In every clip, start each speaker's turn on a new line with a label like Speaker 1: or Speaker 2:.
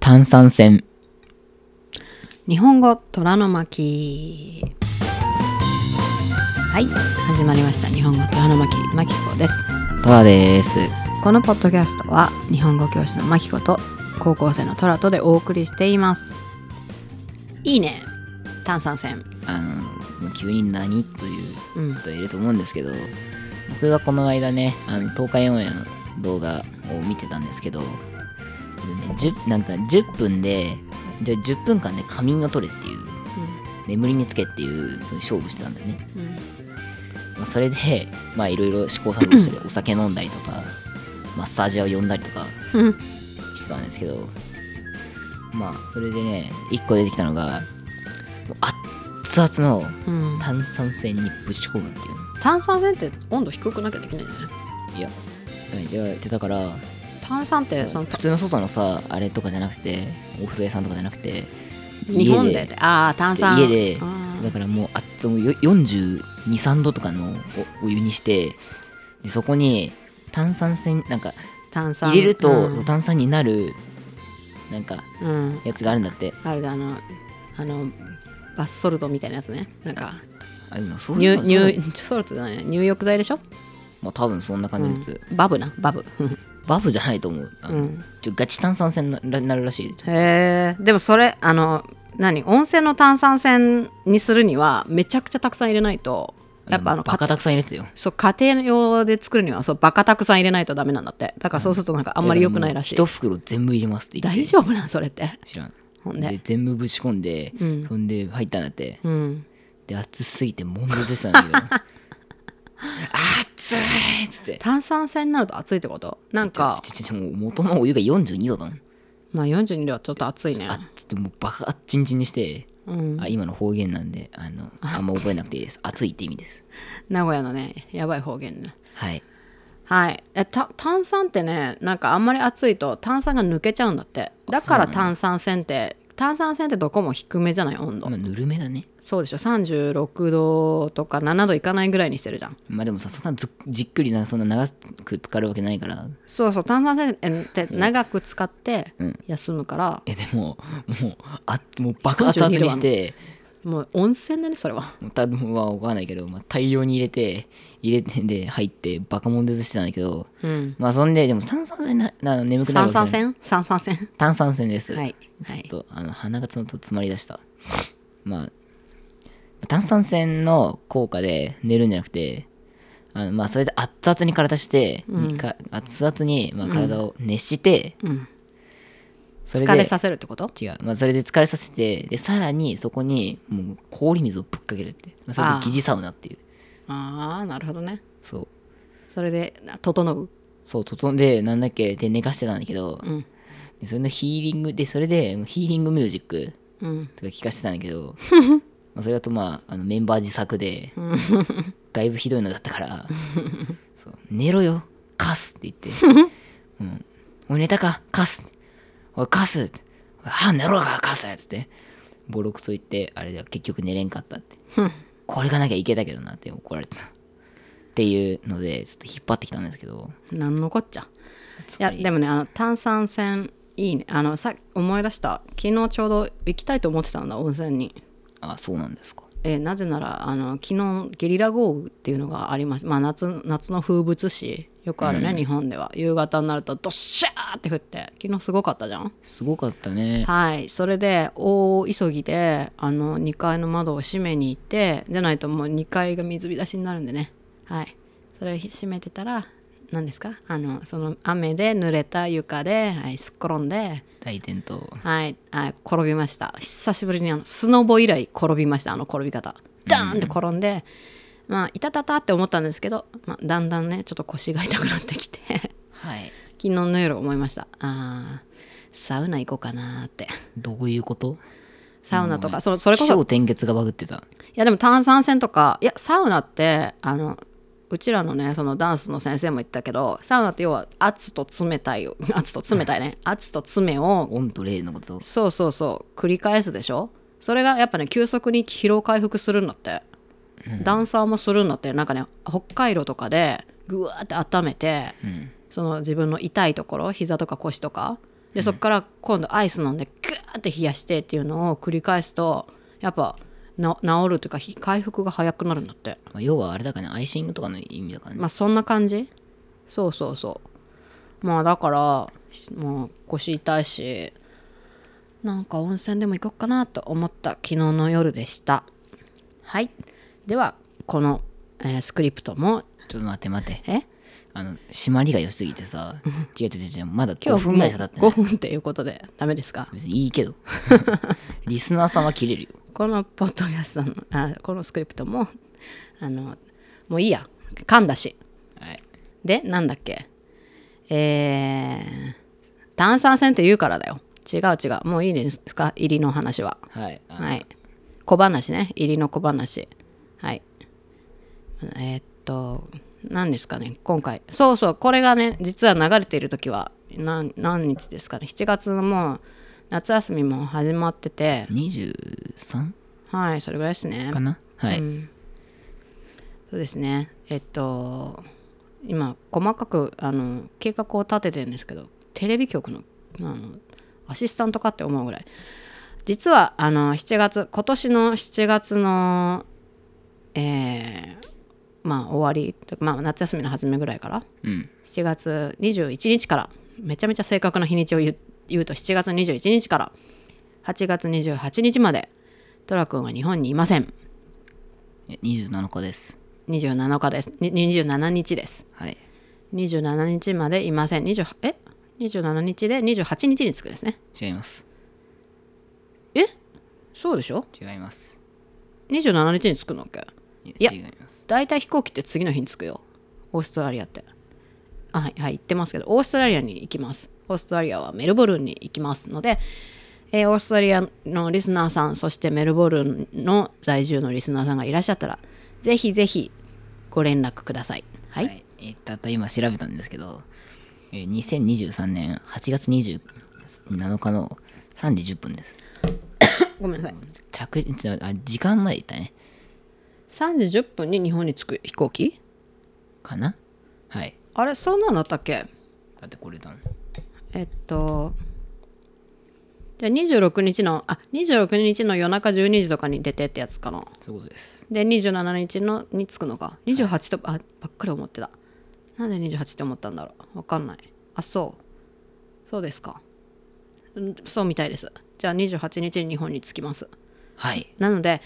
Speaker 1: 炭酸泉
Speaker 2: 日本語虎の巻はい始まりました日本語虎の巻巻子です
Speaker 1: トラです
Speaker 2: このポッドキャストは日本語教師の巻子と高校生の虎とでお送りしていますいいね炭酸泉
Speaker 1: あの急に何という
Speaker 2: うん
Speaker 1: 人いると思うんですけど僕がこの間ねあの東海オンエアの動画を見てたんですけど、ね、10なんか10分でじゃあ10分間で仮眠を取れっていう眠りにつけっていうその勝負してたんだよね
Speaker 2: うんうん
Speaker 1: まあ、それでまあいろいろ試行錯誤してお酒飲んだりとかマッサージ屋を呼んだりとか
Speaker 2: うん
Speaker 1: してたんですけどまあそれでね一個出てきたのがもう熱々の
Speaker 2: うん
Speaker 1: 炭酸泉にぶち込むっていうね
Speaker 2: 炭酸泉って温度低くなきゃできないんだね
Speaker 1: いやいやってだから
Speaker 2: 炭酸ってその
Speaker 1: 普通の外のさあれとかじゃなくてお風呂屋さんとかじゃなくて
Speaker 2: 日本で
Speaker 1: 家
Speaker 2: ああ炭酸
Speaker 1: 家で
Speaker 2: あー
Speaker 1: だからもうあっつもう4 2三3度とかのおお湯にしてでそこに炭酸泉なんか
Speaker 2: 炭酸
Speaker 1: 入れると、
Speaker 2: うん
Speaker 1: 炭酸になるなんか
Speaker 2: うん
Speaker 1: やつがあるんだって
Speaker 2: あるあのあのバスソルトみたいなやつねなんか
Speaker 1: あでもそうい
Speaker 2: 入
Speaker 1: うそういう
Speaker 2: 入ソルトじゃない入浴剤でしょ、
Speaker 1: まあ多分そんな感じのやつ、
Speaker 2: バブなバブ
Speaker 1: バフじゃないと思うあの
Speaker 2: うん
Speaker 1: ちょガチ炭酸泉にななるらしいちょ
Speaker 2: へえでもそれあの何温泉の炭酸泉にするにはめちゃくちゃたくさん入れないとやっぱあの
Speaker 1: バカ
Speaker 2: か
Speaker 1: たくさん入れてたよ
Speaker 2: そう家庭用で作るにはそうバカたくさん入れないとダメなんだってだからそうするとなんかあんまり良くないらしい
Speaker 1: だからもう一袋全部入れますって言って
Speaker 2: 大丈夫なんそれって
Speaker 1: 知らん
Speaker 2: ほん
Speaker 1: で
Speaker 2: で
Speaker 1: 全部ぶち込んで、
Speaker 2: うん
Speaker 1: そんで入ったんだって
Speaker 2: うん
Speaker 1: で熱すぎて悶絶したんだ けど熱いっつって
Speaker 2: 炭酸泉になると暑いってことなんか
Speaker 1: ちょちょちょもう元のお湯が42度だもん
Speaker 2: まあ42度はちょっと暑いね
Speaker 1: あっつってもうバカあっちんちんにして
Speaker 2: うん
Speaker 1: あ今の方言なんであ のあんま覚えなくていいです暑いって意味です
Speaker 2: 名古屋のねやばい方言ね
Speaker 1: はい
Speaker 2: はいえた炭酸ってねなんかあんまり熱いと炭酸が抜けちゃうんだってだから炭酸泉って炭酸泉ってどこも低めじゃない温度、
Speaker 1: まあぬるめだね
Speaker 2: そうでしょ36度とか7度いかないぐらいにしてるじゃん
Speaker 1: まあでもさそんなずじっくりなそんな長く浸かるわけないから
Speaker 2: そうそう炭酸泉って長く使って休むから、
Speaker 1: えでももうあもう爆発熱にして
Speaker 2: もう温泉だねそれは
Speaker 1: もう多分は分かんないけど、まあ、大量に入れて入れてで入ってバカもん絶してたんだけど
Speaker 2: うん
Speaker 1: まあそんででも炭酸泉なな眠くなる
Speaker 2: 炭
Speaker 1: わけじゃ
Speaker 2: 酸
Speaker 1: ない
Speaker 2: 泉炭酸泉
Speaker 1: 炭酸泉です、
Speaker 2: はい
Speaker 1: ち
Speaker 2: は
Speaker 1: ょっ
Speaker 2: い
Speaker 1: とあの鼻がつのと詰まりだしたまあ炭酸泉の効果で寝るんじゃなくてあのまあそれで熱々に体して、にか熱々にまあ体を熱して、
Speaker 2: ん
Speaker 1: それで
Speaker 2: 疲れさせるってこと
Speaker 1: 違う、まあ、それで疲れさせてでさらにそこにもう氷水をぶっかけるって、まあ、それ
Speaker 2: あ
Speaker 1: で
Speaker 2: ー
Speaker 1: 疑似サウナっていう
Speaker 2: ああなるほどね
Speaker 1: そう
Speaker 2: それでな整う
Speaker 1: そう整んでなんだっけで寝かしてたんだけど、
Speaker 2: ん
Speaker 1: でそれのヒーリングでそれでヒーリングミュージック
Speaker 2: うん
Speaker 1: とか聞かせてたんだけど まあそれだとまああのメンバー自作でだいぶひどいのだったからそう寝ろよカスって言 って「うん、おい寝たかカス」おいカス」って「はあ寝ろかカス」っつってボロクソ言ってあれでは結局寝れんかったってこれがなきゃいけたけどなって怒られてたっていうのでちょっと引っ張ってきたんですけど
Speaker 2: なんのこっちゃ
Speaker 1: つ
Speaker 2: いやでもねあの炭酸泉いいねあのさ思い出した昨日ちょうど行きたいと思ってたんだ温泉に、
Speaker 1: あそうなんですか
Speaker 2: えーなぜならあの昨日ゲリラ豪雨っていうのがありましたまあ夏夏の風物詩よくあるね、日本では夕方になるとドッシャーって降って昨日すごかったじゃん
Speaker 1: すごかったね
Speaker 2: はいそれで大急ぎであの2階の窓を閉めに行ってじゃないともう2階が水浸しになるんでねはいそれ閉めてたら何ですかあのその雨で濡れた床で、はい、すっ転んで、
Speaker 1: 大転倒
Speaker 2: はいはい、転びました久しぶりにあのスノボ以来転びましたあの転び方ダーンって転んで、まあいたたたって思ったんですけど、まあ、だんだんねちょっと腰が痛くなってきて 昨
Speaker 1: はい
Speaker 2: 日の夜思いましたあーサウナ行こうかなーって。
Speaker 1: どういうこと
Speaker 2: サウナとかそそれこ
Speaker 1: 気
Speaker 2: そい
Speaker 1: 象転結がバグってた
Speaker 2: やでも炭酸泉とかいやサウナってあのうちらのねそのダンスの先生も言ったけどサウナって要は熱と冷たいを 熱と冷たいね熱と冷を
Speaker 1: オンとレイのこと
Speaker 2: そうそうそう繰り返すでしょそれがやっぱね急速に疲労回復するんだって、ダンサーもするんだってなんかね北海道とかでぐわーって温めて、その自分の痛いところ膝とか腰とかでそこから今度アイス飲んでグーって冷やしてっていうのを繰り返すとやっぱな治るというかひ回復が早くなるんだって
Speaker 1: まあ、要はあれだからねアイシングとかの意味だからね、
Speaker 2: まあそんな感じそうそうそうまあだからしもう腰痛いしなんか温泉でも行こうかなと思った昨日の夜でしたはいではこの、えースクリプトも
Speaker 1: ちょっと待って待って
Speaker 2: え
Speaker 1: あの締まりが良すぎてさ違う違う違う違うまだ
Speaker 2: 今
Speaker 1: 5
Speaker 2: 日
Speaker 1: 分ぐらいしか経ってな
Speaker 2: 5
Speaker 1: い
Speaker 2: 分っていうことでダメですか
Speaker 1: 別にいいけど リスナーさんは切れるよ
Speaker 2: このポッドキャストのあこのスクリプトもあのもういいや噛んだし
Speaker 1: はい
Speaker 2: でなんだっけえー、炭酸泉って言うからだよ違う違うもういいですか入りの話は
Speaker 1: はいあ
Speaker 2: はい小話ね入りの小話はいえーっと何ですかね今回そうそうこれがね実は流れている時は何何日ですかね7月のもう夏休みも始まってて
Speaker 1: 23
Speaker 2: はいそれぐらいですね
Speaker 1: かなはい、
Speaker 2: うんそうですねえっと今細かくあの計画を立ててるんですけどテレビ局のあのアシスタントかって思うぐらい実はあの7月今年の7月のえーまあ終わりとかまあ、夏休みの初めぐらいから
Speaker 1: うん
Speaker 2: 7月21日からめちゃめちゃ正確な日にちを言う言うと7月21日から8月28日までトラ君は日本にいません。
Speaker 1: え27日です
Speaker 2: 27日です。に27日です。
Speaker 1: はい
Speaker 2: 27日までいません。20え27日で28日に着くですね。
Speaker 1: 違います
Speaker 2: そうでしょ
Speaker 1: 違います
Speaker 2: 27日に着くのっけ
Speaker 1: い
Speaker 2: いや
Speaker 1: 違います
Speaker 2: 大体飛行機って次の日に着くよ。オーストラリアって。あはい、はい、行ってますけど、オーストラリアに行きます。オーストラリアはメルボルンに行きますので、えーオーストラリアのリスナーさん、そしてメルボルンの在住のリスナーさんがいらっしゃったら、ぜひぜひご連絡ください。は、
Speaker 1: はいい、えーたった今調べたんですけど、えー、2023年8月27日の3時10分です
Speaker 2: ごめんなさい。
Speaker 1: 着実あ時間までいったね
Speaker 2: 3時10分に日本に着く飛行機
Speaker 1: かなはい
Speaker 2: あれそんなんだったっけ
Speaker 1: だってこれだもん
Speaker 2: えっとじゃあ26日のあ26日の夜中12時とかに出てってやつかな
Speaker 1: そういうことです
Speaker 2: で27日のに着くのか28とあばっかり思ってたなんで28って思ったんだろうわかんないあそうそうですかうんそうみたいですじゃあ28日に日本に着きます
Speaker 1: はい
Speaker 2: なので、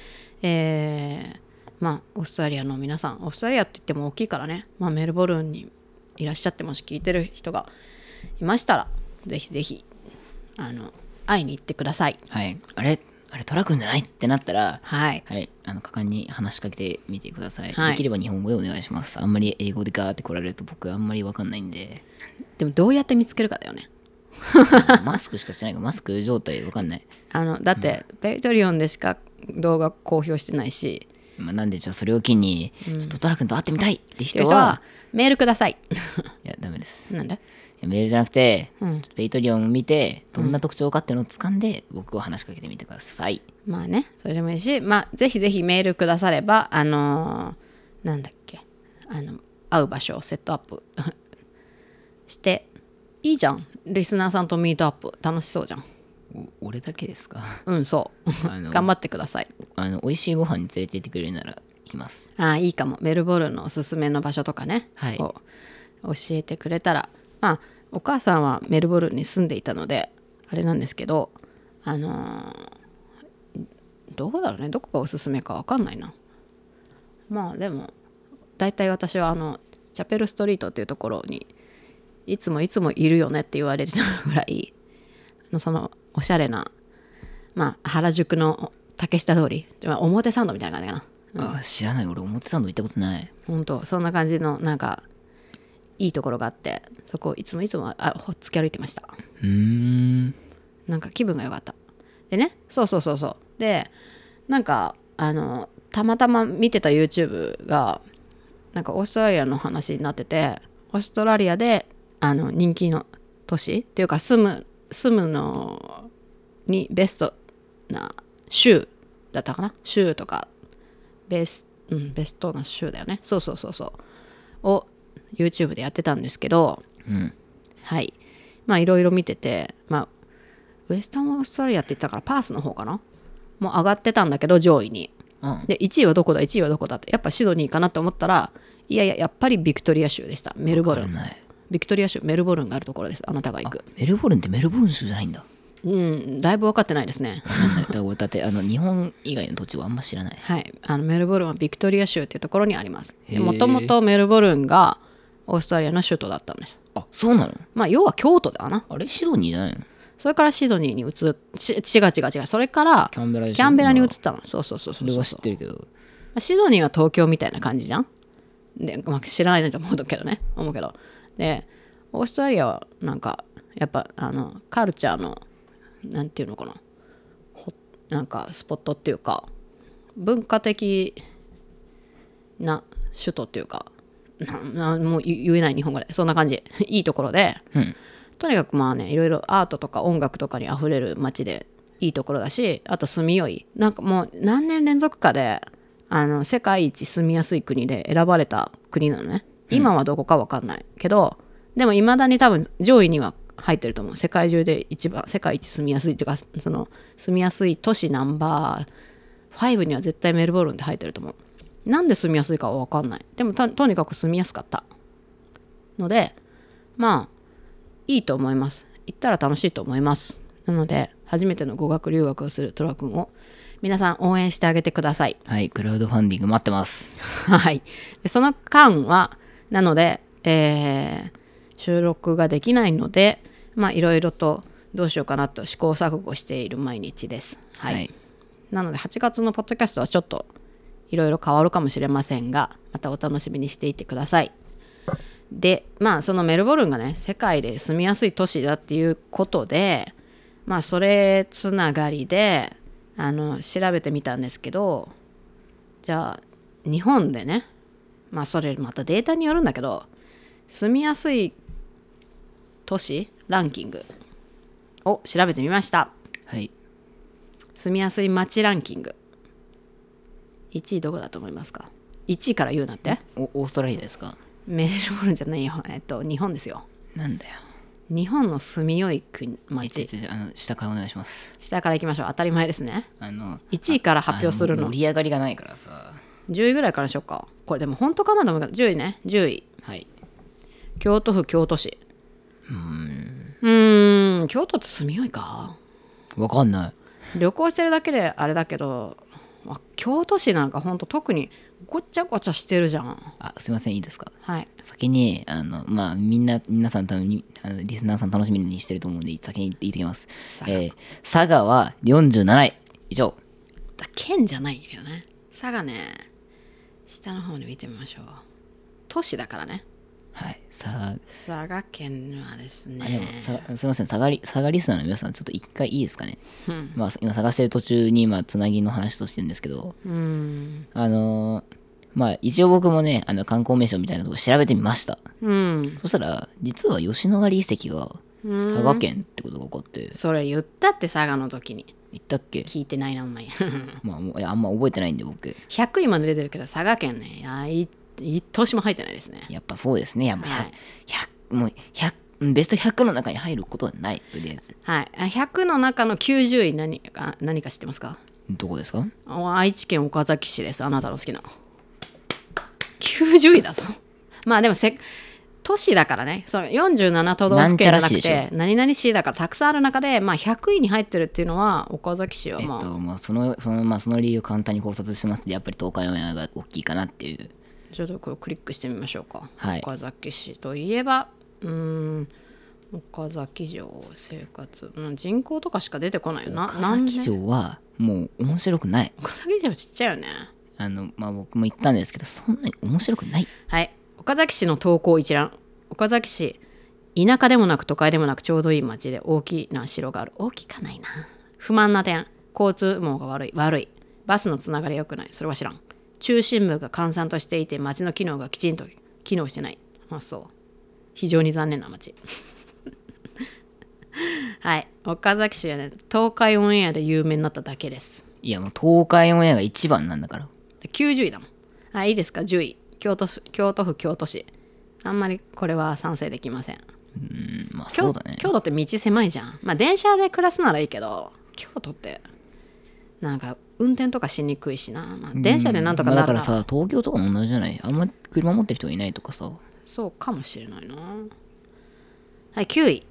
Speaker 2: えーまあ、オーストラリアの皆さん、オーストラリアって言っても大きいからね、まあ、メルボルンにいらっしゃって、もし聞いてる人がいましたら、ぜひぜひ、あの、会いに行ってください。
Speaker 1: はいあれあれトラ君じゃないってなったら
Speaker 2: はい。
Speaker 1: はい、あの果敢に話しかけてみてください、
Speaker 2: はい
Speaker 1: できれば日本語でお願いしますあんまり英語でガーって来られると僕あんまりわかんないん で
Speaker 2: でも、どうやって見つけるかだよね。
Speaker 1: あのマスクしかしてないからマスク状態わかんない、
Speaker 2: あの、だって、ペイトリオンでしか動画公表してないし、
Speaker 1: まあ、なんでじゃあそれを機に、ちょっとトラ君と会ってみたいって
Speaker 2: という
Speaker 1: 人
Speaker 2: 人
Speaker 1: は
Speaker 2: は、メールください。
Speaker 1: いやダメです
Speaker 2: なんで
Speaker 1: いやメールじゃなくて、
Speaker 2: うん
Speaker 1: ちょっとペイトリオンを見てどんな特徴かっていうのを掴んで、僕を話しかけてみてください
Speaker 2: まあね、それでもいいし、まあ、ぜひぜひメールくだされば、あのーなんだっけ、あの、会う場所をセットアップ して、いいじゃん。リスナーさんとミートアップ、楽しそうじゃん。
Speaker 1: お俺だけですか
Speaker 2: うん、そう。
Speaker 1: あの
Speaker 2: 頑張ってください。
Speaker 1: あの美味しいご飯に連れて行ってくれるなら行きます
Speaker 2: ああ、いいかも。メルボルンのおすすめの場所とかね、
Speaker 1: はい
Speaker 2: を教えてくれたら、まあ、お母さんはメルボルンに住んでいたので、あれなんですけど、あのーどうだろうね、どこがおすすめかわかんないな。まあでも大体私はあのチャペルストリートっていうところにいつもいつもいるよねって言われてたぐらいあのそのおしゃれな、まあ、原宿の竹下通りまあ表参道みたいな感じかな
Speaker 1: あー知らない俺表参道行ったことない
Speaker 2: 本当そんな感じのなんかいいところがあってそこをいつもいつもあほっつき歩いてました
Speaker 1: うーん
Speaker 2: なんか気分が良かったでねそうそうそうそうでなんかあのたまたま見てた YouTube がなんかオーストラリアの話になっててオーストラリアであの人気の都市っていうか住む住むのにベストな州だったかな州とかベス,、うん、ベストな州だよねそうそうそうそうを YouTube でやってたんですけど
Speaker 1: うん
Speaker 2: はいまあいろいろ見ててまあウエスタンオーストラリアって言ってたからパースの方かなもう上がってたんだけど上位に
Speaker 1: うん
Speaker 2: で1位はどこだ1位はどこだってやっぱシドニーかなと思ったらいやいややっぱりビクトリア州でしたメルボルン
Speaker 1: ない
Speaker 2: ビクトリア州メルボルンがあるところですあなたが行く
Speaker 1: メルボルンってメルボルン州じゃないんだ
Speaker 2: うんだいぶ分かってないですね
Speaker 1: なん だよだから俺だってあの日本以外の土地はあんま知らない
Speaker 2: はい、あのメルボルンはビクトリア州っていうところにあります
Speaker 1: へー
Speaker 2: もともとメルボルンがオーストラリアの首都だったんです
Speaker 1: あそうなの
Speaker 2: まあ要は京都だな
Speaker 1: あれシドニーじゃないの
Speaker 2: それからシドニーに移っち違う違う違うそれから
Speaker 1: キャンベラでしょ
Speaker 2: キャンベラに移ったのそうそうそうそ
Speaker 1: そうれ
Speaker 2: そう
Speaker 1: は知ってるけど
Speaker 2: まあシドニーは東京みたいな感じじゃんで、まあ、知らないと思うけどね思うけどでオーストラリアはなんかやっぱあのカルチャーのなんていうのかなほなんかスポットっていうか文化的な首都っていうかななもう言言えない日本語でそんな感じいいところで
Speaker 1: うん
Speaker 2: とにかくまあねいろいろアートとか音楽とかにあふれる街でいいところだしあと住みよいなんかもう何年連続かであの世界一住みやすい国で選ばれた国なのね今はどこか分かんないけど、でもいまだに多分上位には入ってると思う世界中で一番世界一住みやすいっていうかその住みやすい都市ナンバー5には絶対メルボルンって入ってると思うなんで住みやすいかは分かんないでもたとにかく住みやすかったのでまあいいと思います行ったら楽しいと思いますなので初めての語学留学をするトラ君を皆さん応援してあげてください
Speaker 1: はいクラウドファンディング待ってます
Speaker 2: はいでその間はなので、えー収録ができないのでまあいろいろとどうしようかなと試行錯誤している毎日ですはい、
Speaker 1: はい
Speaker 2: なので8月のポッドキャストはちょっといろいろ変わるかもしれませんがまたお楽しみにしていてくださいでまあそのメルボルンがね世界で住みやすい都市だっていうことでまあそれつながりであの調べてみたんですけどじゃあ日本でねまあそれまたデータによるんだけど住みやすい都市ランキングを調べてみました
Speaker 1: はい
Speaker 2: 住みやすい街ランキング1位どこだと思いますか1位から言うなって
Speaker 1: おオーストラリアですか
Speaker 2: メルボルンじゃないよえっと日本ですよ
Speaker 1: なんだよ
Speaker 2: 日本の住みよい国
Speaker 1: ちょ
Speaker 2: 街
Speaker 1: ちょちょあの下からお願いします
Speaker 2: 下から行きましょう当たり前ですね
Speaker 1: あの
Speaker 2: 1位から発表する
Speaker 1: あ
Speaker 2: の
Speaker 1: 盛り上がりがないからさ
Speaker 2: 10位ぐらいからにしようかこれでも本当かなと思うけど10位ね10位
Speaker 1: はい
Speaker 2: 京都府京都市うーん京都って住みよいか
Speaker 1: わかんない
Speaker 2: 旅行してるだけであれだけどあ京都市なんか本当特にごちゃごちゃしてるじゃん
Speaker 1: あすいませんいいですか
Speaker 2: はい
Speaker 1: 先にあのまあみんな皆さん多分にあのリスナーさん楽しみにしてると思うんで先に言って言ってきます
Speaker 2: 佐賀
Speaker 1: えー佐賀は47位以上
Speaker 2: だ県じゃないけどね佐賀ね下の方に見てみましょう都市だからね
Speaker 1: はいさ
Speaker 2: 佐賀県はです
Speaker 1: あでも
Speaker 2: ね
Speaker 1: さすいません佐賀リ佐賀リスナーの皆さんちょっと一回いいですかね、まあ今探してる途中に今つなぎの話としてるんですけど
Speaker 2: うん
Speaker 1: あのーまあ一応僕もねあの観光名所みたいなとこ調べてみました
Speaker 2: うん
Speaker 1: そしたら実は吉野ヶ里遺跡が佐賀県ってことが分かって
Speaker 2: それ言ったって佐賀の時に
Speaker 1: 言ったっけ
Speaker 2: 聞いてないなお前
Speaker 1: まあもういやあんま覚えてないんで僕
Speaker 2: 100位まで出てるけど佐賀県ねいやい一都市も入ってないですね
Speaker 1: やっぱそうですねやっぱ100、
Speaker 2: はい
Speaker 1: 100もう100うんベスト100の中に入ることはないとりあえず
Speaker 2: はいあ100の中の90位何か何か知ってますか
Speaker 1: どこですか
Speaker 2: お愛知県岡崎市ですあなたの好きな90位だぞまあでもせ都市だからねその47都道府県じゃな
Speaker 1: なん
Speaker 2: く
Speaker 1: ちゃら
Speaker 2: て何々市だからたくさんある中で、まあ、100位に入ってるっていうのは岡崎市は
Speaker 1: えっ
Speaker 2: まあ、
Speaker 1: とまあそのそのまあその理由簡単に考察してますでやっぱり東海オンエアが大きいかなっていう
Speaker 2: ちょっとこれクリックしてみましょうか、
Speaker 1: はい
Speaker 2: 岡崎市といえばうーん岡崎城生活、うん、人口とかしか出てこないよな
Speaker 1: 岡
Speaker 2: なん
Speaker 1: 崎
Speaker 2: で
Speaker 1: 城はもう面白くない
Speaker 2: 岡崎城ちっちゃいよね
Speaker 1: あのまあ僕も言ったんですけどそんなに面白くない
Speaker 2: はい岡崎市の投稿一覧岡崎市田舎でもなく都会でもなくちょうどいい町で大きな城がある大きかないな不満な点交通網が悪い悪いバスのつながり良くないそれは知らん中心部が閑散としていて町の機能がきちんと機能してないまあそう非常に残念な町 はい岡崎市はね東海オンエアで有名になっただけです
Speaker 1: いやもう東海オンエアが一番なんだから
Speaker 2: で90位だもんはいいいですか10位京都市京都府京都市あんまりこれは賛成できません
Speaker 1: うんまあ
Speaker 2: 京
Speaker 1: そうだね
Speaker 2: 京都って道狭いじゃんまあ電車で暮らすならいいけど京都ってなんか運転とかしにくいしな、まあ、電車でなんとか
Speaker 1: まあ
Speaker 2: な
Speaker 1: だ
Speaker 2: る
Speaker 1: か
Speaker 2: な、
Speaker 1: らさ東京とかも同じじゃないあんまり車持ってる人がいないとかさ
Speaker 2: そうかもしれないなはい9位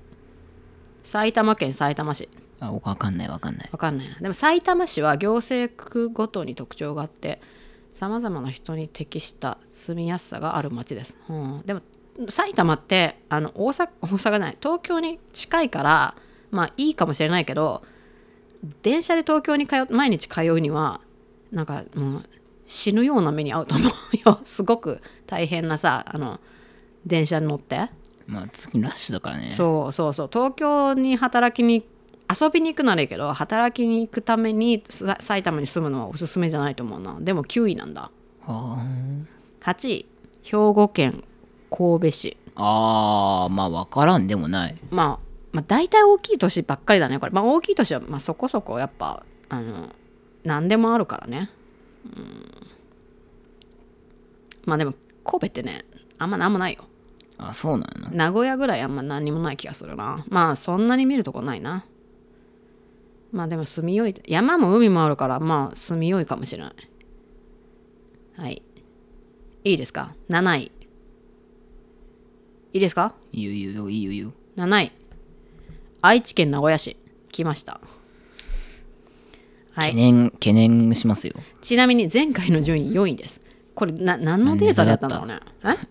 Speaker 2: 埼玉県埼玉市
Speaker 1: あわかんないわかんない
Speaker 2: わかんないなでも埼玉市は行政区ごとに特徴があってさまざまな人に適した住みやすさがある町です、うん、でも埼玉ってあの大阪大 阪じゃない東京に近いからまあいいかもしれないけど電車で東京に通う毎日通うにはなんかもう死ぬような目に遭うと思うよ すごく大変なさあの電車に乗って。
Speaker 1: まあ次ラッシュだからね
Speaker 2: そうそうそう東京に働きに遊びに行くならいいけど働きに行くためにさ埼玉に住むのはおすすめじゃないと思うなでも9位なんだ
Speaker 1: は
Speaker 2: 8位兵庫県神戸市
Speaker 1: ああーまあわからんでもない
Speaker 2: まあ、まあ大体大きい都市ばっかりだねこれ、まあ、大きい都市はまあそこそこやっぱあの何でもあるからねうんまあでも神戸ってねあんまなんもないよ
Speaker 1: あそうなの
Speaker 2: 名古屋ぐらいあんま何にもない気がするなまあそんなに見るとこないなまあでも住みよい山も海もあるからまあ住みよいかもしれないはいいいですか7位いいですか
Speaker 1: いいよいいよどういいよいいよ
Speaker 2: 7位愛知県名古屋市来ましたは
Speaker 1: 懸
Speaker 2: い
Speaker 1: 念懸念しますよ
Speaker 2: ちなみに前回の順位4位ですこれな何のデータだったんだろうね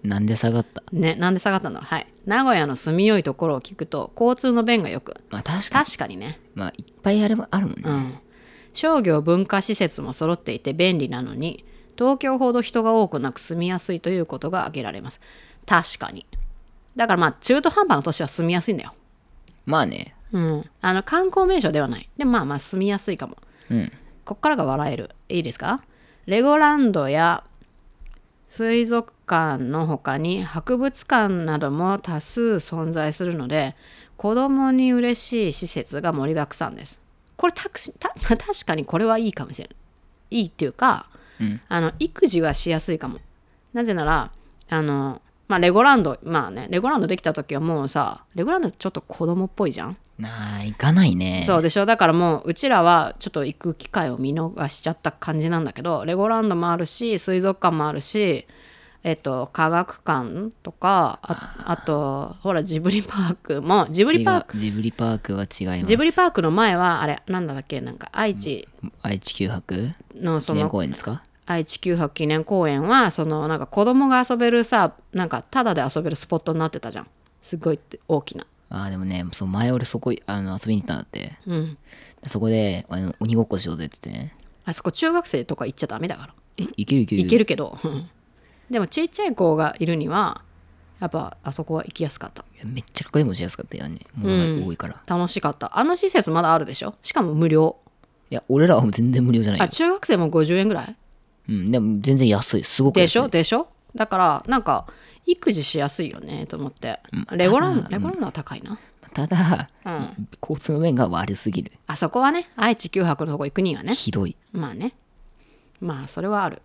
Speaker 2: え
Speaker 1: なんで下がった
Speaker 2: ね、なんで下がったんだろうはい名古屋の住みよいところを聞くと交通の便がよく
Speaker 1: まあ確かに
Speaker 2: 確かにね、
Speaker 1: まあいっぱいあればあるもんね、
Speaker 2: うん、商業文化施設も揃っていて便利なのに東京ほど人が多くなく住みやすいということが挙げられます確かにだからまあ中途半端な都市は住みやすいんだよ
Speaker 1: まあね
Speaker 2: うんあの観光名所ではないでもまあまあ住みやすいかも
Speaker 1: うん
Speaker 2: こっからが笑えるいいですかレゴランドや水族館の他に博物館なども多数存在するので子供に嬉しい施設が盛りだくさんですこれたくした 確かにこれはいいかもしれないいいっていうか、
Speaker 1: うん
Speaker 2: あの育児はしやすいかもなぜならあのまあレゴランドまあねレゴランドできた時はもうさレゴランドちょっと子供っぽいじゃん
Speaker 1: なあ行かないね
Speaker 2: そうでしょだからもううちらはちょっと行く機会を見逃しちゃった感じなんだけどレゴランドもあるし水族館もあるしえっと科学館とかああとほらジブリパークもジブリパーク
Speaker 1: クジブリパークは違います
Speaker 2: ジブリパークの前はあれなんだっけなんか愛知
Speaker 1: 愛知九博
Speaker 2: のそ
Speaker 1: 記念
Speaker 2: の
Speaker 1: 公園ですか
Speaker 2: 愛知九博記念公園はそのなんか子供が遊べるさなんかタダで遊べるスポットになってたじゃんすごい大きな
Speaker 1: あーでもねそう前俺そこあの遊びに行ったんだって
Speaker 2: うん
Speaker 1: そこであの鬼ごっこしようぜって言ってね
Speaker 2: あそこ中学生とか行っちゃダメだから
Speaker 1: えいけるいける
Speaker 2: 行けるけど、うんでもちっちゃい子がいるにはやっぱあそこは行きやすかった
Speaker 1: いやめっちゃ隠れもしやすかったよねものが多いから、い
Speaker 2: 楽しかったあの施設まだあるでしょしかも無料
Speaker 1: や俺らはもう全然無料じゃない
Speaker 2: あ
Speaker 1: よ
Speaker 2: 中学生も50円ぐらい
Speaker 1: うんでも全然安いすごく安い
Speaker 2: でしょでしょだからなんか育児しやすいよねと思ってレゴランドレゴランドは高いな、
Speaker 1: ただ
Speaker 2: うん、
Speaker 1: 交通の面が悪すぎる
Speaker 2: あそこはね愛知九博のとこ行くにはね
Speaker 1: ひどい
Speaker 2: まあねまあそれはある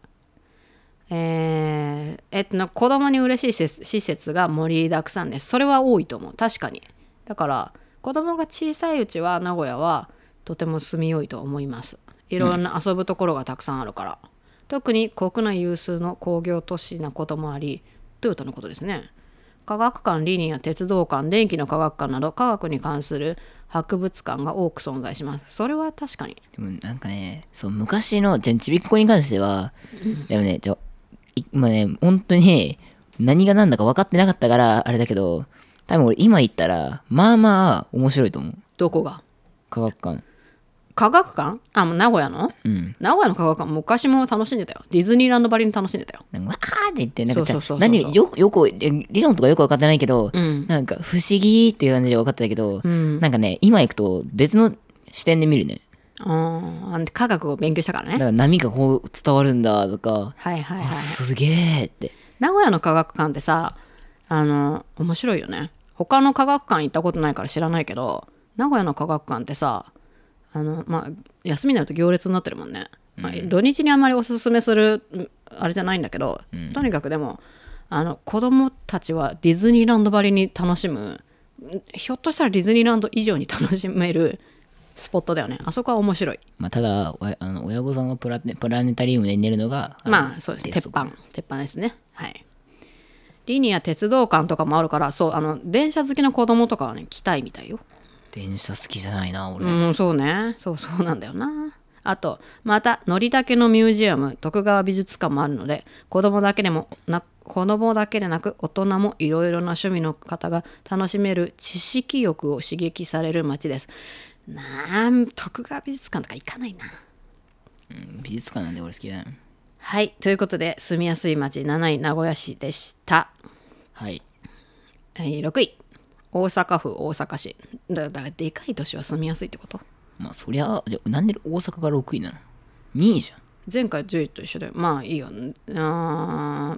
Speaker 2: えーえっとな子供に嬉しい施設施設が盛りだくさんですそれは多いと思う確かにだから子供が小さいうちは名古屋はとても住みよいと思いますいろんな遊ぶところがたくさんあるから、特に国内有数の工業都市なこともありトヨタのことですね科学館リニア鉄道館電気の科学館など科学に関する博物館が多く存在しますそれは確かに
Speaker 1: でもなんかねそう昔のじゃあちびっこに関してはでもねちょい今ね本当に何が何だか分かってなかったからあれだけど多分俺今行ったらまあまあ面白いと思う
Speaker 2: どこが
Speaker 1: 科学館
Speaker 2: 科学館あもう名古屋の
Speaker 1: うん
Speaker 2: 名古屋の科学館昔も楽しんでたよディズニーランドばりに楽しんでたよ
Speaker 1: なんかわーって言ってなんかち
Speaker 2: そう
Speaker 1: ゃ
Speaker 2: そうそうそう
Speaker 1: 何よくよく理理論とかよく分かってないけど、
Speaker 2: ん
Speaker 1: なんか不思議っていう感じで分かってたけど、
Speaker 2: ん
Speaker 1: なんかね今行くと別の視点で見るね
Speaker 2: あー科学を勉強したから
Speaker 1: だか
Speaker 2: ね
Speaker 1: ら波がこう伝わるんだとか、
Speaker 2: はいはいはい
Speaker 1: あすげえって
Speaker 2: 名古屋の科学館ってさあの面白いよね他の科学館行ったことないから知らないけど名古屋の科学館ってさあのまあ休みになると行列になってるもんね、まあ土日にあんまりおすすめするうんあれじゃないんだけど、とにかくでもあの子供たちはディズニーランドばりに楽しむひょっとしたらディズニーランド以上に楽しめるスポットだよねあそこは面白い
Speaker 1: まあ、ただおやあの親御さんがプラネプラネタリウムで寝るのがの
Speaker 2: まあそうです
Speaker 1: テス
Speaker 2: 鉄
Speaker 1: ト
Speaker 2: 板鉄板ですねはいリニア鉄道館とかもあるからそうあの電車好きな子供とかはね来たいみたいよ
Speaker 1: 電車好きじゃないな俺、
Speaker 2: うんそうねそうそうなんだよなあとまたのりたけのミュージアム徳川美術館もあるので子供だけでもな子供だけでなく大人もいろいろな趣味の方が楽しめる知識欲を刺激される街ですなん徳川美術館とか行かないな
Speaker 1: 美術館なんで俺好きじゃない
Speaker 2: はいということで住みやすい街7位名古屋市でした
Speaker 1: はい
Speaker 2: 第6位大阪府大阪市だだからでかい都市は住みやすいってこと
Speaker 1: まあそりゃじゃあなんで大阪が6位なの2位じゃん
Speaker 2: 前回10位と一緒でまあいいよあ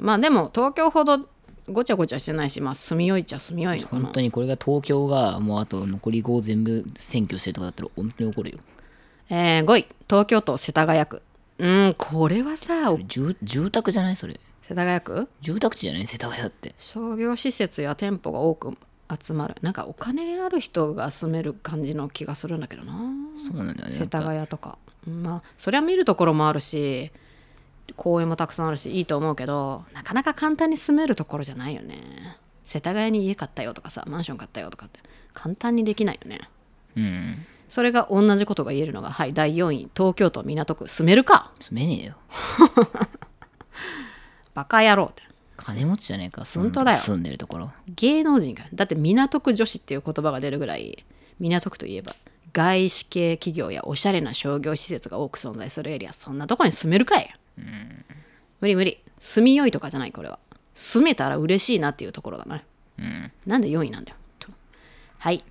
Speaker 2: ーまあでも東京ほどごちゃごちゃしてないしまあ住みよいっちゃ住みよいのかな
Speaker 1: 本当にこれが東京がもうあと残り5を全部占拠してるとかだったら本当に怒るよ
Speaker 2: えー、5位東京都世田谷区うんこれはさ
Speaker 1: これ住住宅じゃないそれ
Speaker 2: 世田谷区
Speaker 1: 住宅地じゃない世田谷だって
Speaker 2: 商業施設や店舗が多く集まるなんかお金ある人が住める感じの気がするんだけどな
Speaker 1: そうなんだよね
Speaker 2: 世田
Speaker 1: なんか
Speaker 2: 谷とかまあそりゃ見るところもあるし公園もたくさんあるしいいと思うけどなかなか簡単に住めるところじゃないよね世田谷に家買ったよとかさマンション買ったよとかって簡単にできないよね
Speaker 1: うん
Speaker 2: それが同じことが言えるのがはい第4位東京都港区住めるか
Speaker 1: 住めねえよ
Speaker 2: バカ野郎って
Speaker 1: 金持ちじゃねえか住ん
Speaker 2: 本当だよ
Speaker 1: 住んでるところ
Speaker 2: 芸能人がだって港区女子っていう言葉が出るぐらい港区といえば外資系企業やおしゃれな商業施設が多く存在するエリアそんなとこに住めるかい、無理無理住みよいとかじゃないこれは住めたら嬉しいなっていうところだな、なんで4位なんだよちょはい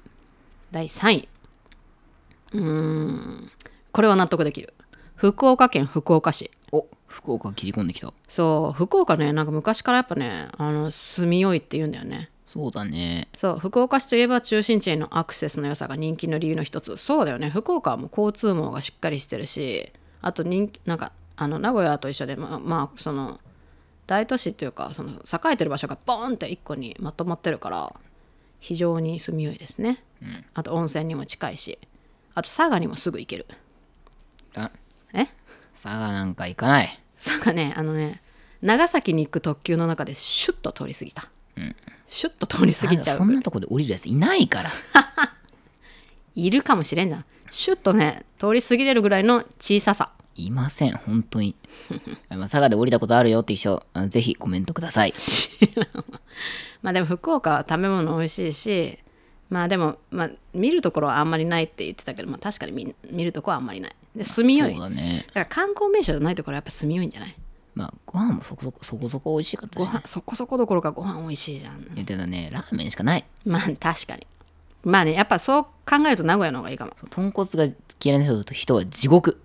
Speaker 2: 第3位うーんこれは納得できる福岡県福岡市
Speaker 1: お福岡切り込んできた
Speaker 2: そう福岡ねなんか昔からやっぱねあの住みよいって言うんだよね
Speaker 1: そうだね
Speaker 2: そう福岡市といえば中心地へのアクセスの良さが人気の理由の一つそうだよね福岡はもう交通網がしっかりしてるしあと人気なんかあの名古屋と一緒でまあまあその大都市っていうかその栄えてる場所がボーンって一個にまとまってるから非常に住みよいですね、あと温泉にも近いしあと佐賀にもすぐ行ける
Speaker 1: あ
Speaker 2: え
Speaker 1: 佐賀なんか行かない
Speaker 2: 佐賀ねあのね長崎に行く特急の中でシュッと通り過ぎた、シュッと通り過ぎちゃう
Speaker 1: そんなとこで降りるやついないから
Speaker 2: いるかもしれんじゃんシュッとね通り過ぎれるぐらいの小ささ
Speaker 1: いません本当 にあまあ佐賀で降りたことあるよっていう人あのぜひコメントください
Speaker 2: まあでも福岡は食べ物美味しいしまあでも、まあ、見るところはあんまりないって言ってたけど、まあ、確かに見見るところはあんまりないで住みよい
Speaker 1: そう
Speaker 2: だ
Speaker 1: だね
Speaker 2: から観光名所じゃないところはやっぱ住みよいんじゃない
Speaker 1: まあご飯もそこそこそこそこ美味しかった
Speaker 2: ご
Speaker 1: し
Speaker 2: 飯そこそこどころかご飯美味しいじゃん
Speaker 1: 言ってたねラーメンしかない
Speaker 2: まあ確かにまあねやっぱそう考えると名古屋の方がいいかも
Speaker 1: そう豚骨が嫌いな人と人は地獄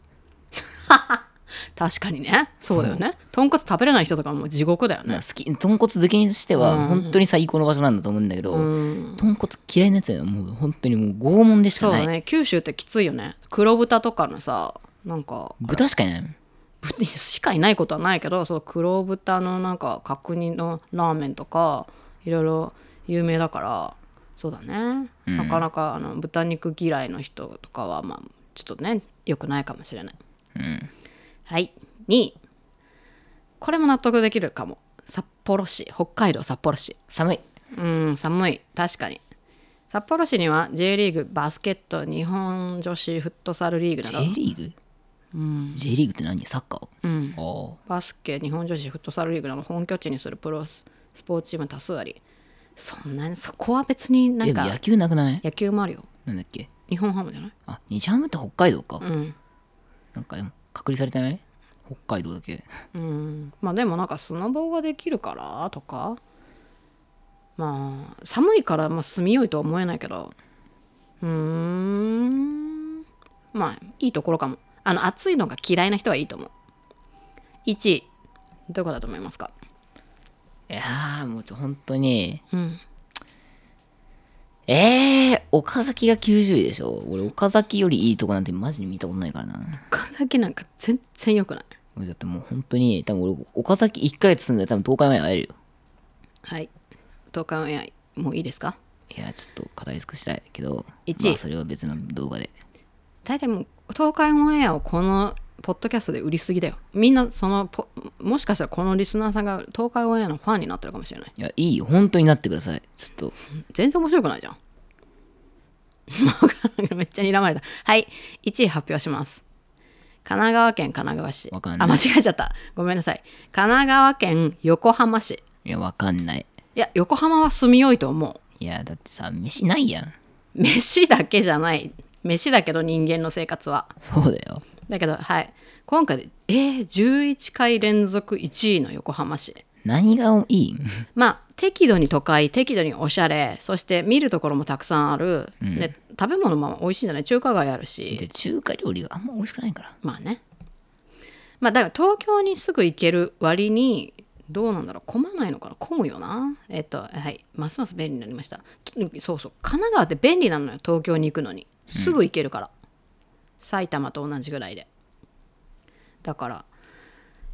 Speaker 2: 確かにねそうだよねとんかつ食べれない人とかもう地獄だよ
Speaker 1: まあ
Speaker 2: ね
Speaker 1: 好き豚骨好きにしては本当に最高の場所なんだと思うんだけど、豚骨嫌いなやつはもう本当にもう拷問でし
Speaker 2: そ
Speaker 1: か
Speaker 2: う
Speaker 1: ない、
Speaker 2: だね九州ってきついよね黒豚とかのさなんか
Speaker 1: 豚しかいない
Speaker 2: ぶしかいないことはないけどそう黒豚のなんか角煮のラーメンとかいろいろ有名だからそうだね、なかなかあの豚肉嫌いの人とかはまあちょっとね良くないかもしれない、はい2位これも納得できるかも札幌市北海道札幌市
Speaker 1: 寒い
Speaker 2: うん寒い確かに札幌市には J リーグバスケット日本女子フットサルリーグな
Speaker 1: J
Speaker 2: ど
Speaker 1: リーグ、J リーグって何サッカー、あ
Speaker 2: バスケ日本女子フットサルリーグなど本拠地にするプロススポーツチーム多数ありそんなにそこは別に
Speaker 1: あ
Speaker 2: な
Speaker 1: で
Speaker 2: ん
Speaker 1: も
Speaker 2: か
Speaker 1: 野球なくない
Speaker 2: 野球もあるよ
Speaker 1: なんだっけ
Speaker 2: 日本ハムじゃない
Speaker 1: あ日ハムって北海道か、
Speaker 2: うん、
Speaker 1: なんかでも隔離されてない北海道だけ
Speaker 2: うん、まあでもなんかスノボができるからとかまあ寒いからまあ住みよいとは思えないけどうーんまあいいところかもあの暑いのが嫌いな人はいいと思う1位どこだと思いますか
Speaker 1: いやーもうちょ本当に
Speaker 2: うん
Speaker 1: えー、岡崎が90位でしょ俺岡崎よりいいとこなんてマジに見たことないからな
Speaker 2: 岡崎なんか全然良くない
Speaker 1: 俺だってもう本当に多分俺岡崎1ヶ月住んだら多分10日前会えるよ
Speaker 2: はい東海オンエアもういいですか
Speaker 1: いやちょっと語り尽くしたいけど
Speaker 2: 一
Speaker 1: まあ、それは別の動画で
Speaker 2: 大体もう東海オンエアをこのポッドキャストで売りすぎだよみんなそのポもしかしたらこのリスナーさんが東海オンエアのファンになってるかもしれない
Speaker 1: いやいいよ本当になってくださいちょっと
Speaker 2: 全然面白くないじゃんわからんけどめっちゃ睨まれたはい1位発表します神奈川県神奈川市
Speaker 1: わかんない
Speaker 2: あ間違えちゃったごめんなさい神奈川県横浜市
Speaker 1: いやわかんない
Speaker 2: いや横浜は住みよいと思う
Speaker 1: いやだってさ飯ないやん
Speaker 2: 飯だけじゃない飯だけど人間の生活は
Speaker 1: そうだよ
Speaker 2: だけどはい今回でえー、11回連続1位の横浜市
Speaker 1: 何がいいん
Speaker 2: まあ適度に都会適度におしゃれそして見るところもたくさんある、で食べ物も美味しいじゃない中華街あるし
Speaker 1: で中華料理があんま美味しくないから
Speaker 2: まあねまあだから東京にすぐ行ける割にどうなんだろう混まないのかな混むよなえっとはいますます便利になりましたとそうそう神奈川って便利なのよ東京に行くのにすぐ行けるから、埼玉と同じぐらいでだから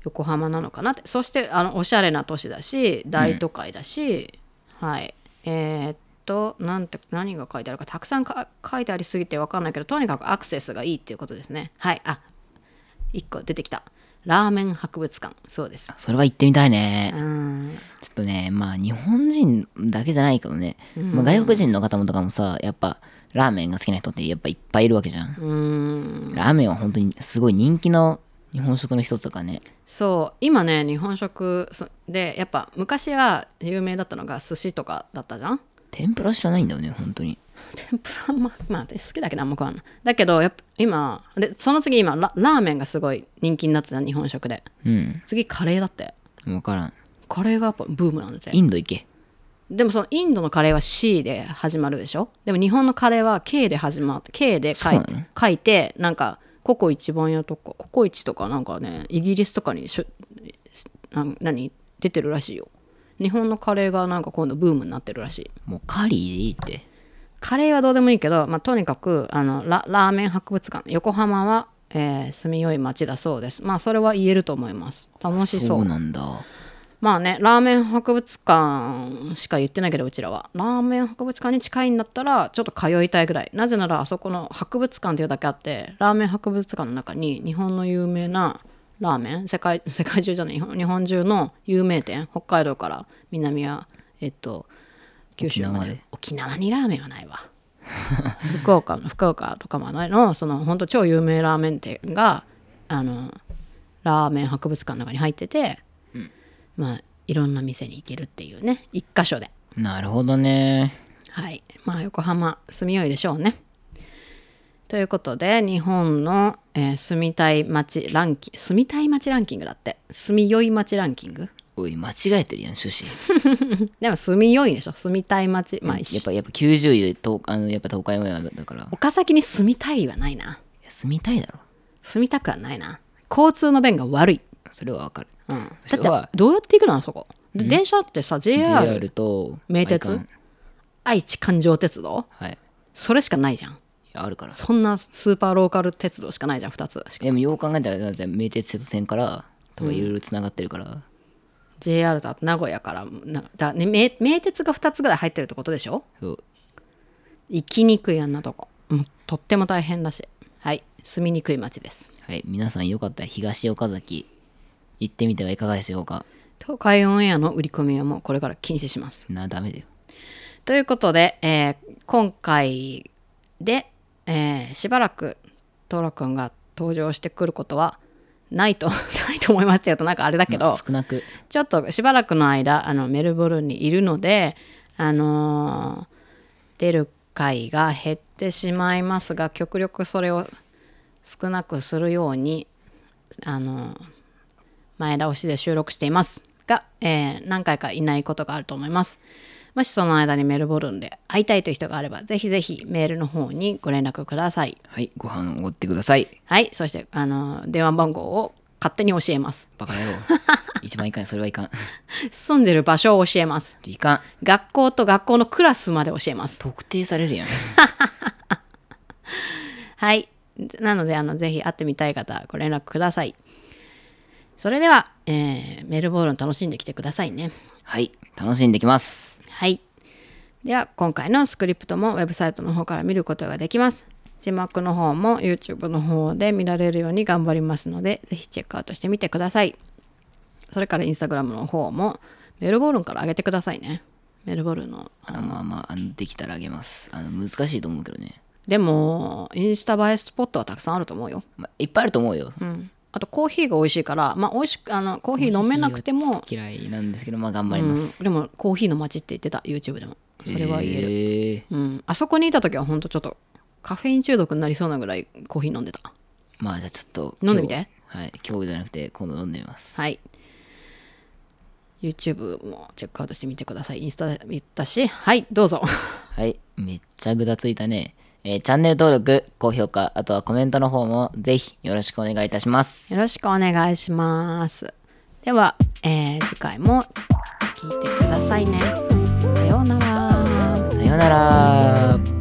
Speaker 2: 横浜なのかなってそしてあのおしゃれな都市だし大都会だし、はいえーっとなんて何が書いてあるかたくさんか書いてありすぎて分かんないけどとにかくアクセスがいいっていうことですねはいあ一個出てきたラーメン博物館そうです
Speaker 1: それは行ってみたいね
Speaker 2: うん
Speaker 1: ちょっとねまあ日本人だけじゃないけどね、まあ、外国人の方もとかもさやっぱラーメンが好きな人ってやっぱいっぱいいるわけじゃん、
Speaker 2: うん
Speaker 1: ラーメンは本当にすごい人気の日本食の一つとかね
Speaker 2: そう今ね日本食そでやっぱ昔は有名だったのが寿司とかだったじゃん
Speaker 1: 天ぷら知らないんだよね本当に
Speaker 2: 天ぷらま まあ私好きだけどあんま食わんないだけどやっぱ今でその次今ララーメンがすごい人気になってた日本食で
Speaker 1: うん
Speaker 2: 次カレーだって
Speaker 1: 分からん
Speaker 2: カレーがやっぱブームなんだって
Speaker 1: インド行け
Speaker 2: でもそのインドのカレーは C で始まるでしょでも日本のカレーは K で始まって K で書い
Speaker 1: そうなの
Speaker 2: 書いてなんかココイチ番屋とかココイチとかなんかねイギリスとかにしょなん何出てるらしいよ日本のカレーがなんか今度ブームになってるらしい
Speaker 1: もうカリーでいいって
Speaker 2: カレーはどうでもいいけど、まあ、とにかくあのララーメン博物館横浜は、えー住みよい町だそうですまあそれは言えると思います楽しそう
Speaker 1: そうなんだ
Speaker 2: まあねラーメン博物館しか言ってないけどうちらはラーメン博物館に近いんだったらちょっと通いたいぐらいなぜならあそこの博物館というだけあってラーメン博物館の中に日本の有名なラーメン世界 世界中じゃない日本日本中の有名店北海道から南やえっと九州まで沖縄にラーメンはないわ 福岡の福岡とかまでのその本当超有名ラーメン店があのラーメン博物館の中に入っててまあ、いろんな店に行けるっていうね一箇所で
Speaker 1: なるほどね
Speaker 2: はいまあ横浜住みよいでしょうねということで日本の、えー住みたい街ランキング住みたい街ランキングだって住みよい街ランキング
Speaker 1: おい間違えてるやん趣旨
Speaker 2: でも住みよいでしょ住みたい街まあ一
Speaker 1: やっ
Speaker 2: 緒
Speaker 1: ぱやっぱ90位で東あのやっぱ東海オンエアだからい
Speaker 2: 岡崎に住みたいはないな
Speaker 1: や住みたいだろ
Speaker 2: 住みたくはないな交通の便が悪い、
Speaker 1: それはわかる、
Speaker 2: うん、
Speaker 1: それ
Speaker 2: だって
Speaker 1: は
Speaker 2: どうやって行くのあそこで電車ってさ JR
Speaker 1: JR と
Speaker 2: 名鉄
Speaker 1: 愛管
Speaker 2: 愛知環状鉄道
Speaker 1: はいい
Speaker 2: それしかないじゃん
Speaker 1: やあるから
Speaker 2: そんなスーパーローカル鉄道しかないじゃん2つしか
Speaker 1: でもよう考えたらだって名鉄瀬戸線からとかいろいろつながってるから、
Speaker 2: JR だと名古屋からなだ、ね、名名鉄が2つぐらい入ってるってことでしょ
Speaker 1: そう
Speaker 2: 行きにくいあんなとこ、うん、とっても大変だしはい住みにくい町です
Speaker 1: はい皆さんよかったら東岡崎行ってみてはいかがでしょうか
Speaker 2: 東海オンエアの売り込みはもうこれから禁止します
Speaker 1: なダメだよ
Speaker 2: ということで、えー今回で、えーしばらくトラ君が登場してくることはないと ないと思いますって言うとなんかあれだけど、
Speaker 1: まあ少なく
Speaker 2: ちょっとしばらくの間あのメルボルンにいるので、あのー出る回が減ってしまいますが極力それを少なくするように、あのー前倒しで収録していますが、えー何回かいないことがあると思います。もしその間にメルボルンで会いたいという人があればぜひぜひメールの方にご連絡ください。
Speaker 1: はいご飯をおごってください
Speaker 2: はいそして、あのー電話番号を勝手に教えます。
Speaker 1: バカ野郎 一番いかんそれはいかん
Speaker 2: 住んでる場所を教えます。
Speaker 1: いかん
Speaker 2: 学校と学校のクラスまで教えます。
Speaker 1: 特定されるやん
Speaker 2: はい。なので、あの、ぜひ会ってみたい方、ご連絡ください。それでは、えーメルボールン楽しんできてくださいね。
Speaker 1: はい楽しんできます
Speaker 2: はい。では今回のスクリプトもウェブサイトの方から見ることができます字幕の方も YouTube の方で見られるように頑張りますのでぜひチェックアウトしてみてくださいそれから Instagram の方もメルボルンから上げてくださいねメルボルンの
Speaker 1: あまあまああのできたらあげますあの難しいと思うけどね、
Speaker 2: でもインスタ映えスポットはたくさんあると思うよ
Speaker 1: まあ、いっぱいあると思うよ、
Speaker 2: うんあとコーヒーが美味しいからまあ美味しくあのコーヒー飲めなくて
Speaker 1: ちょっ
Speaker 2: も
Speaker 1: と嫌いなんですけどまあ頑張ります、
Speaker 2: うんでもコーヒーの街って言ってた YouTube でもそれは言える、
Speaker 1: えー
Speaker 2: うん、あそこにいた時はほんとちょっとカフェイン中毒になりそうなぐらいコーヒー飲んでた
Speaker 1: まあじゃあちょっと
Speaker 2: 飲んでみて
Speaker 1: 今日はい今日じゃなくて今度飲んでみます
Speaker 2: はい YouTube もチェックアウトしてみてくださいインスタ行ったしはいどうぞ
Speaker 1: はいめっちゃぐだついたねえーチャンネル登録高評価あとはコメントの方もぜひよろしくお願いいたします
Speaker 2: よろしくお願いしますでは、えー次回も聞いてくださいねさようなら
Speaker 1: さようなら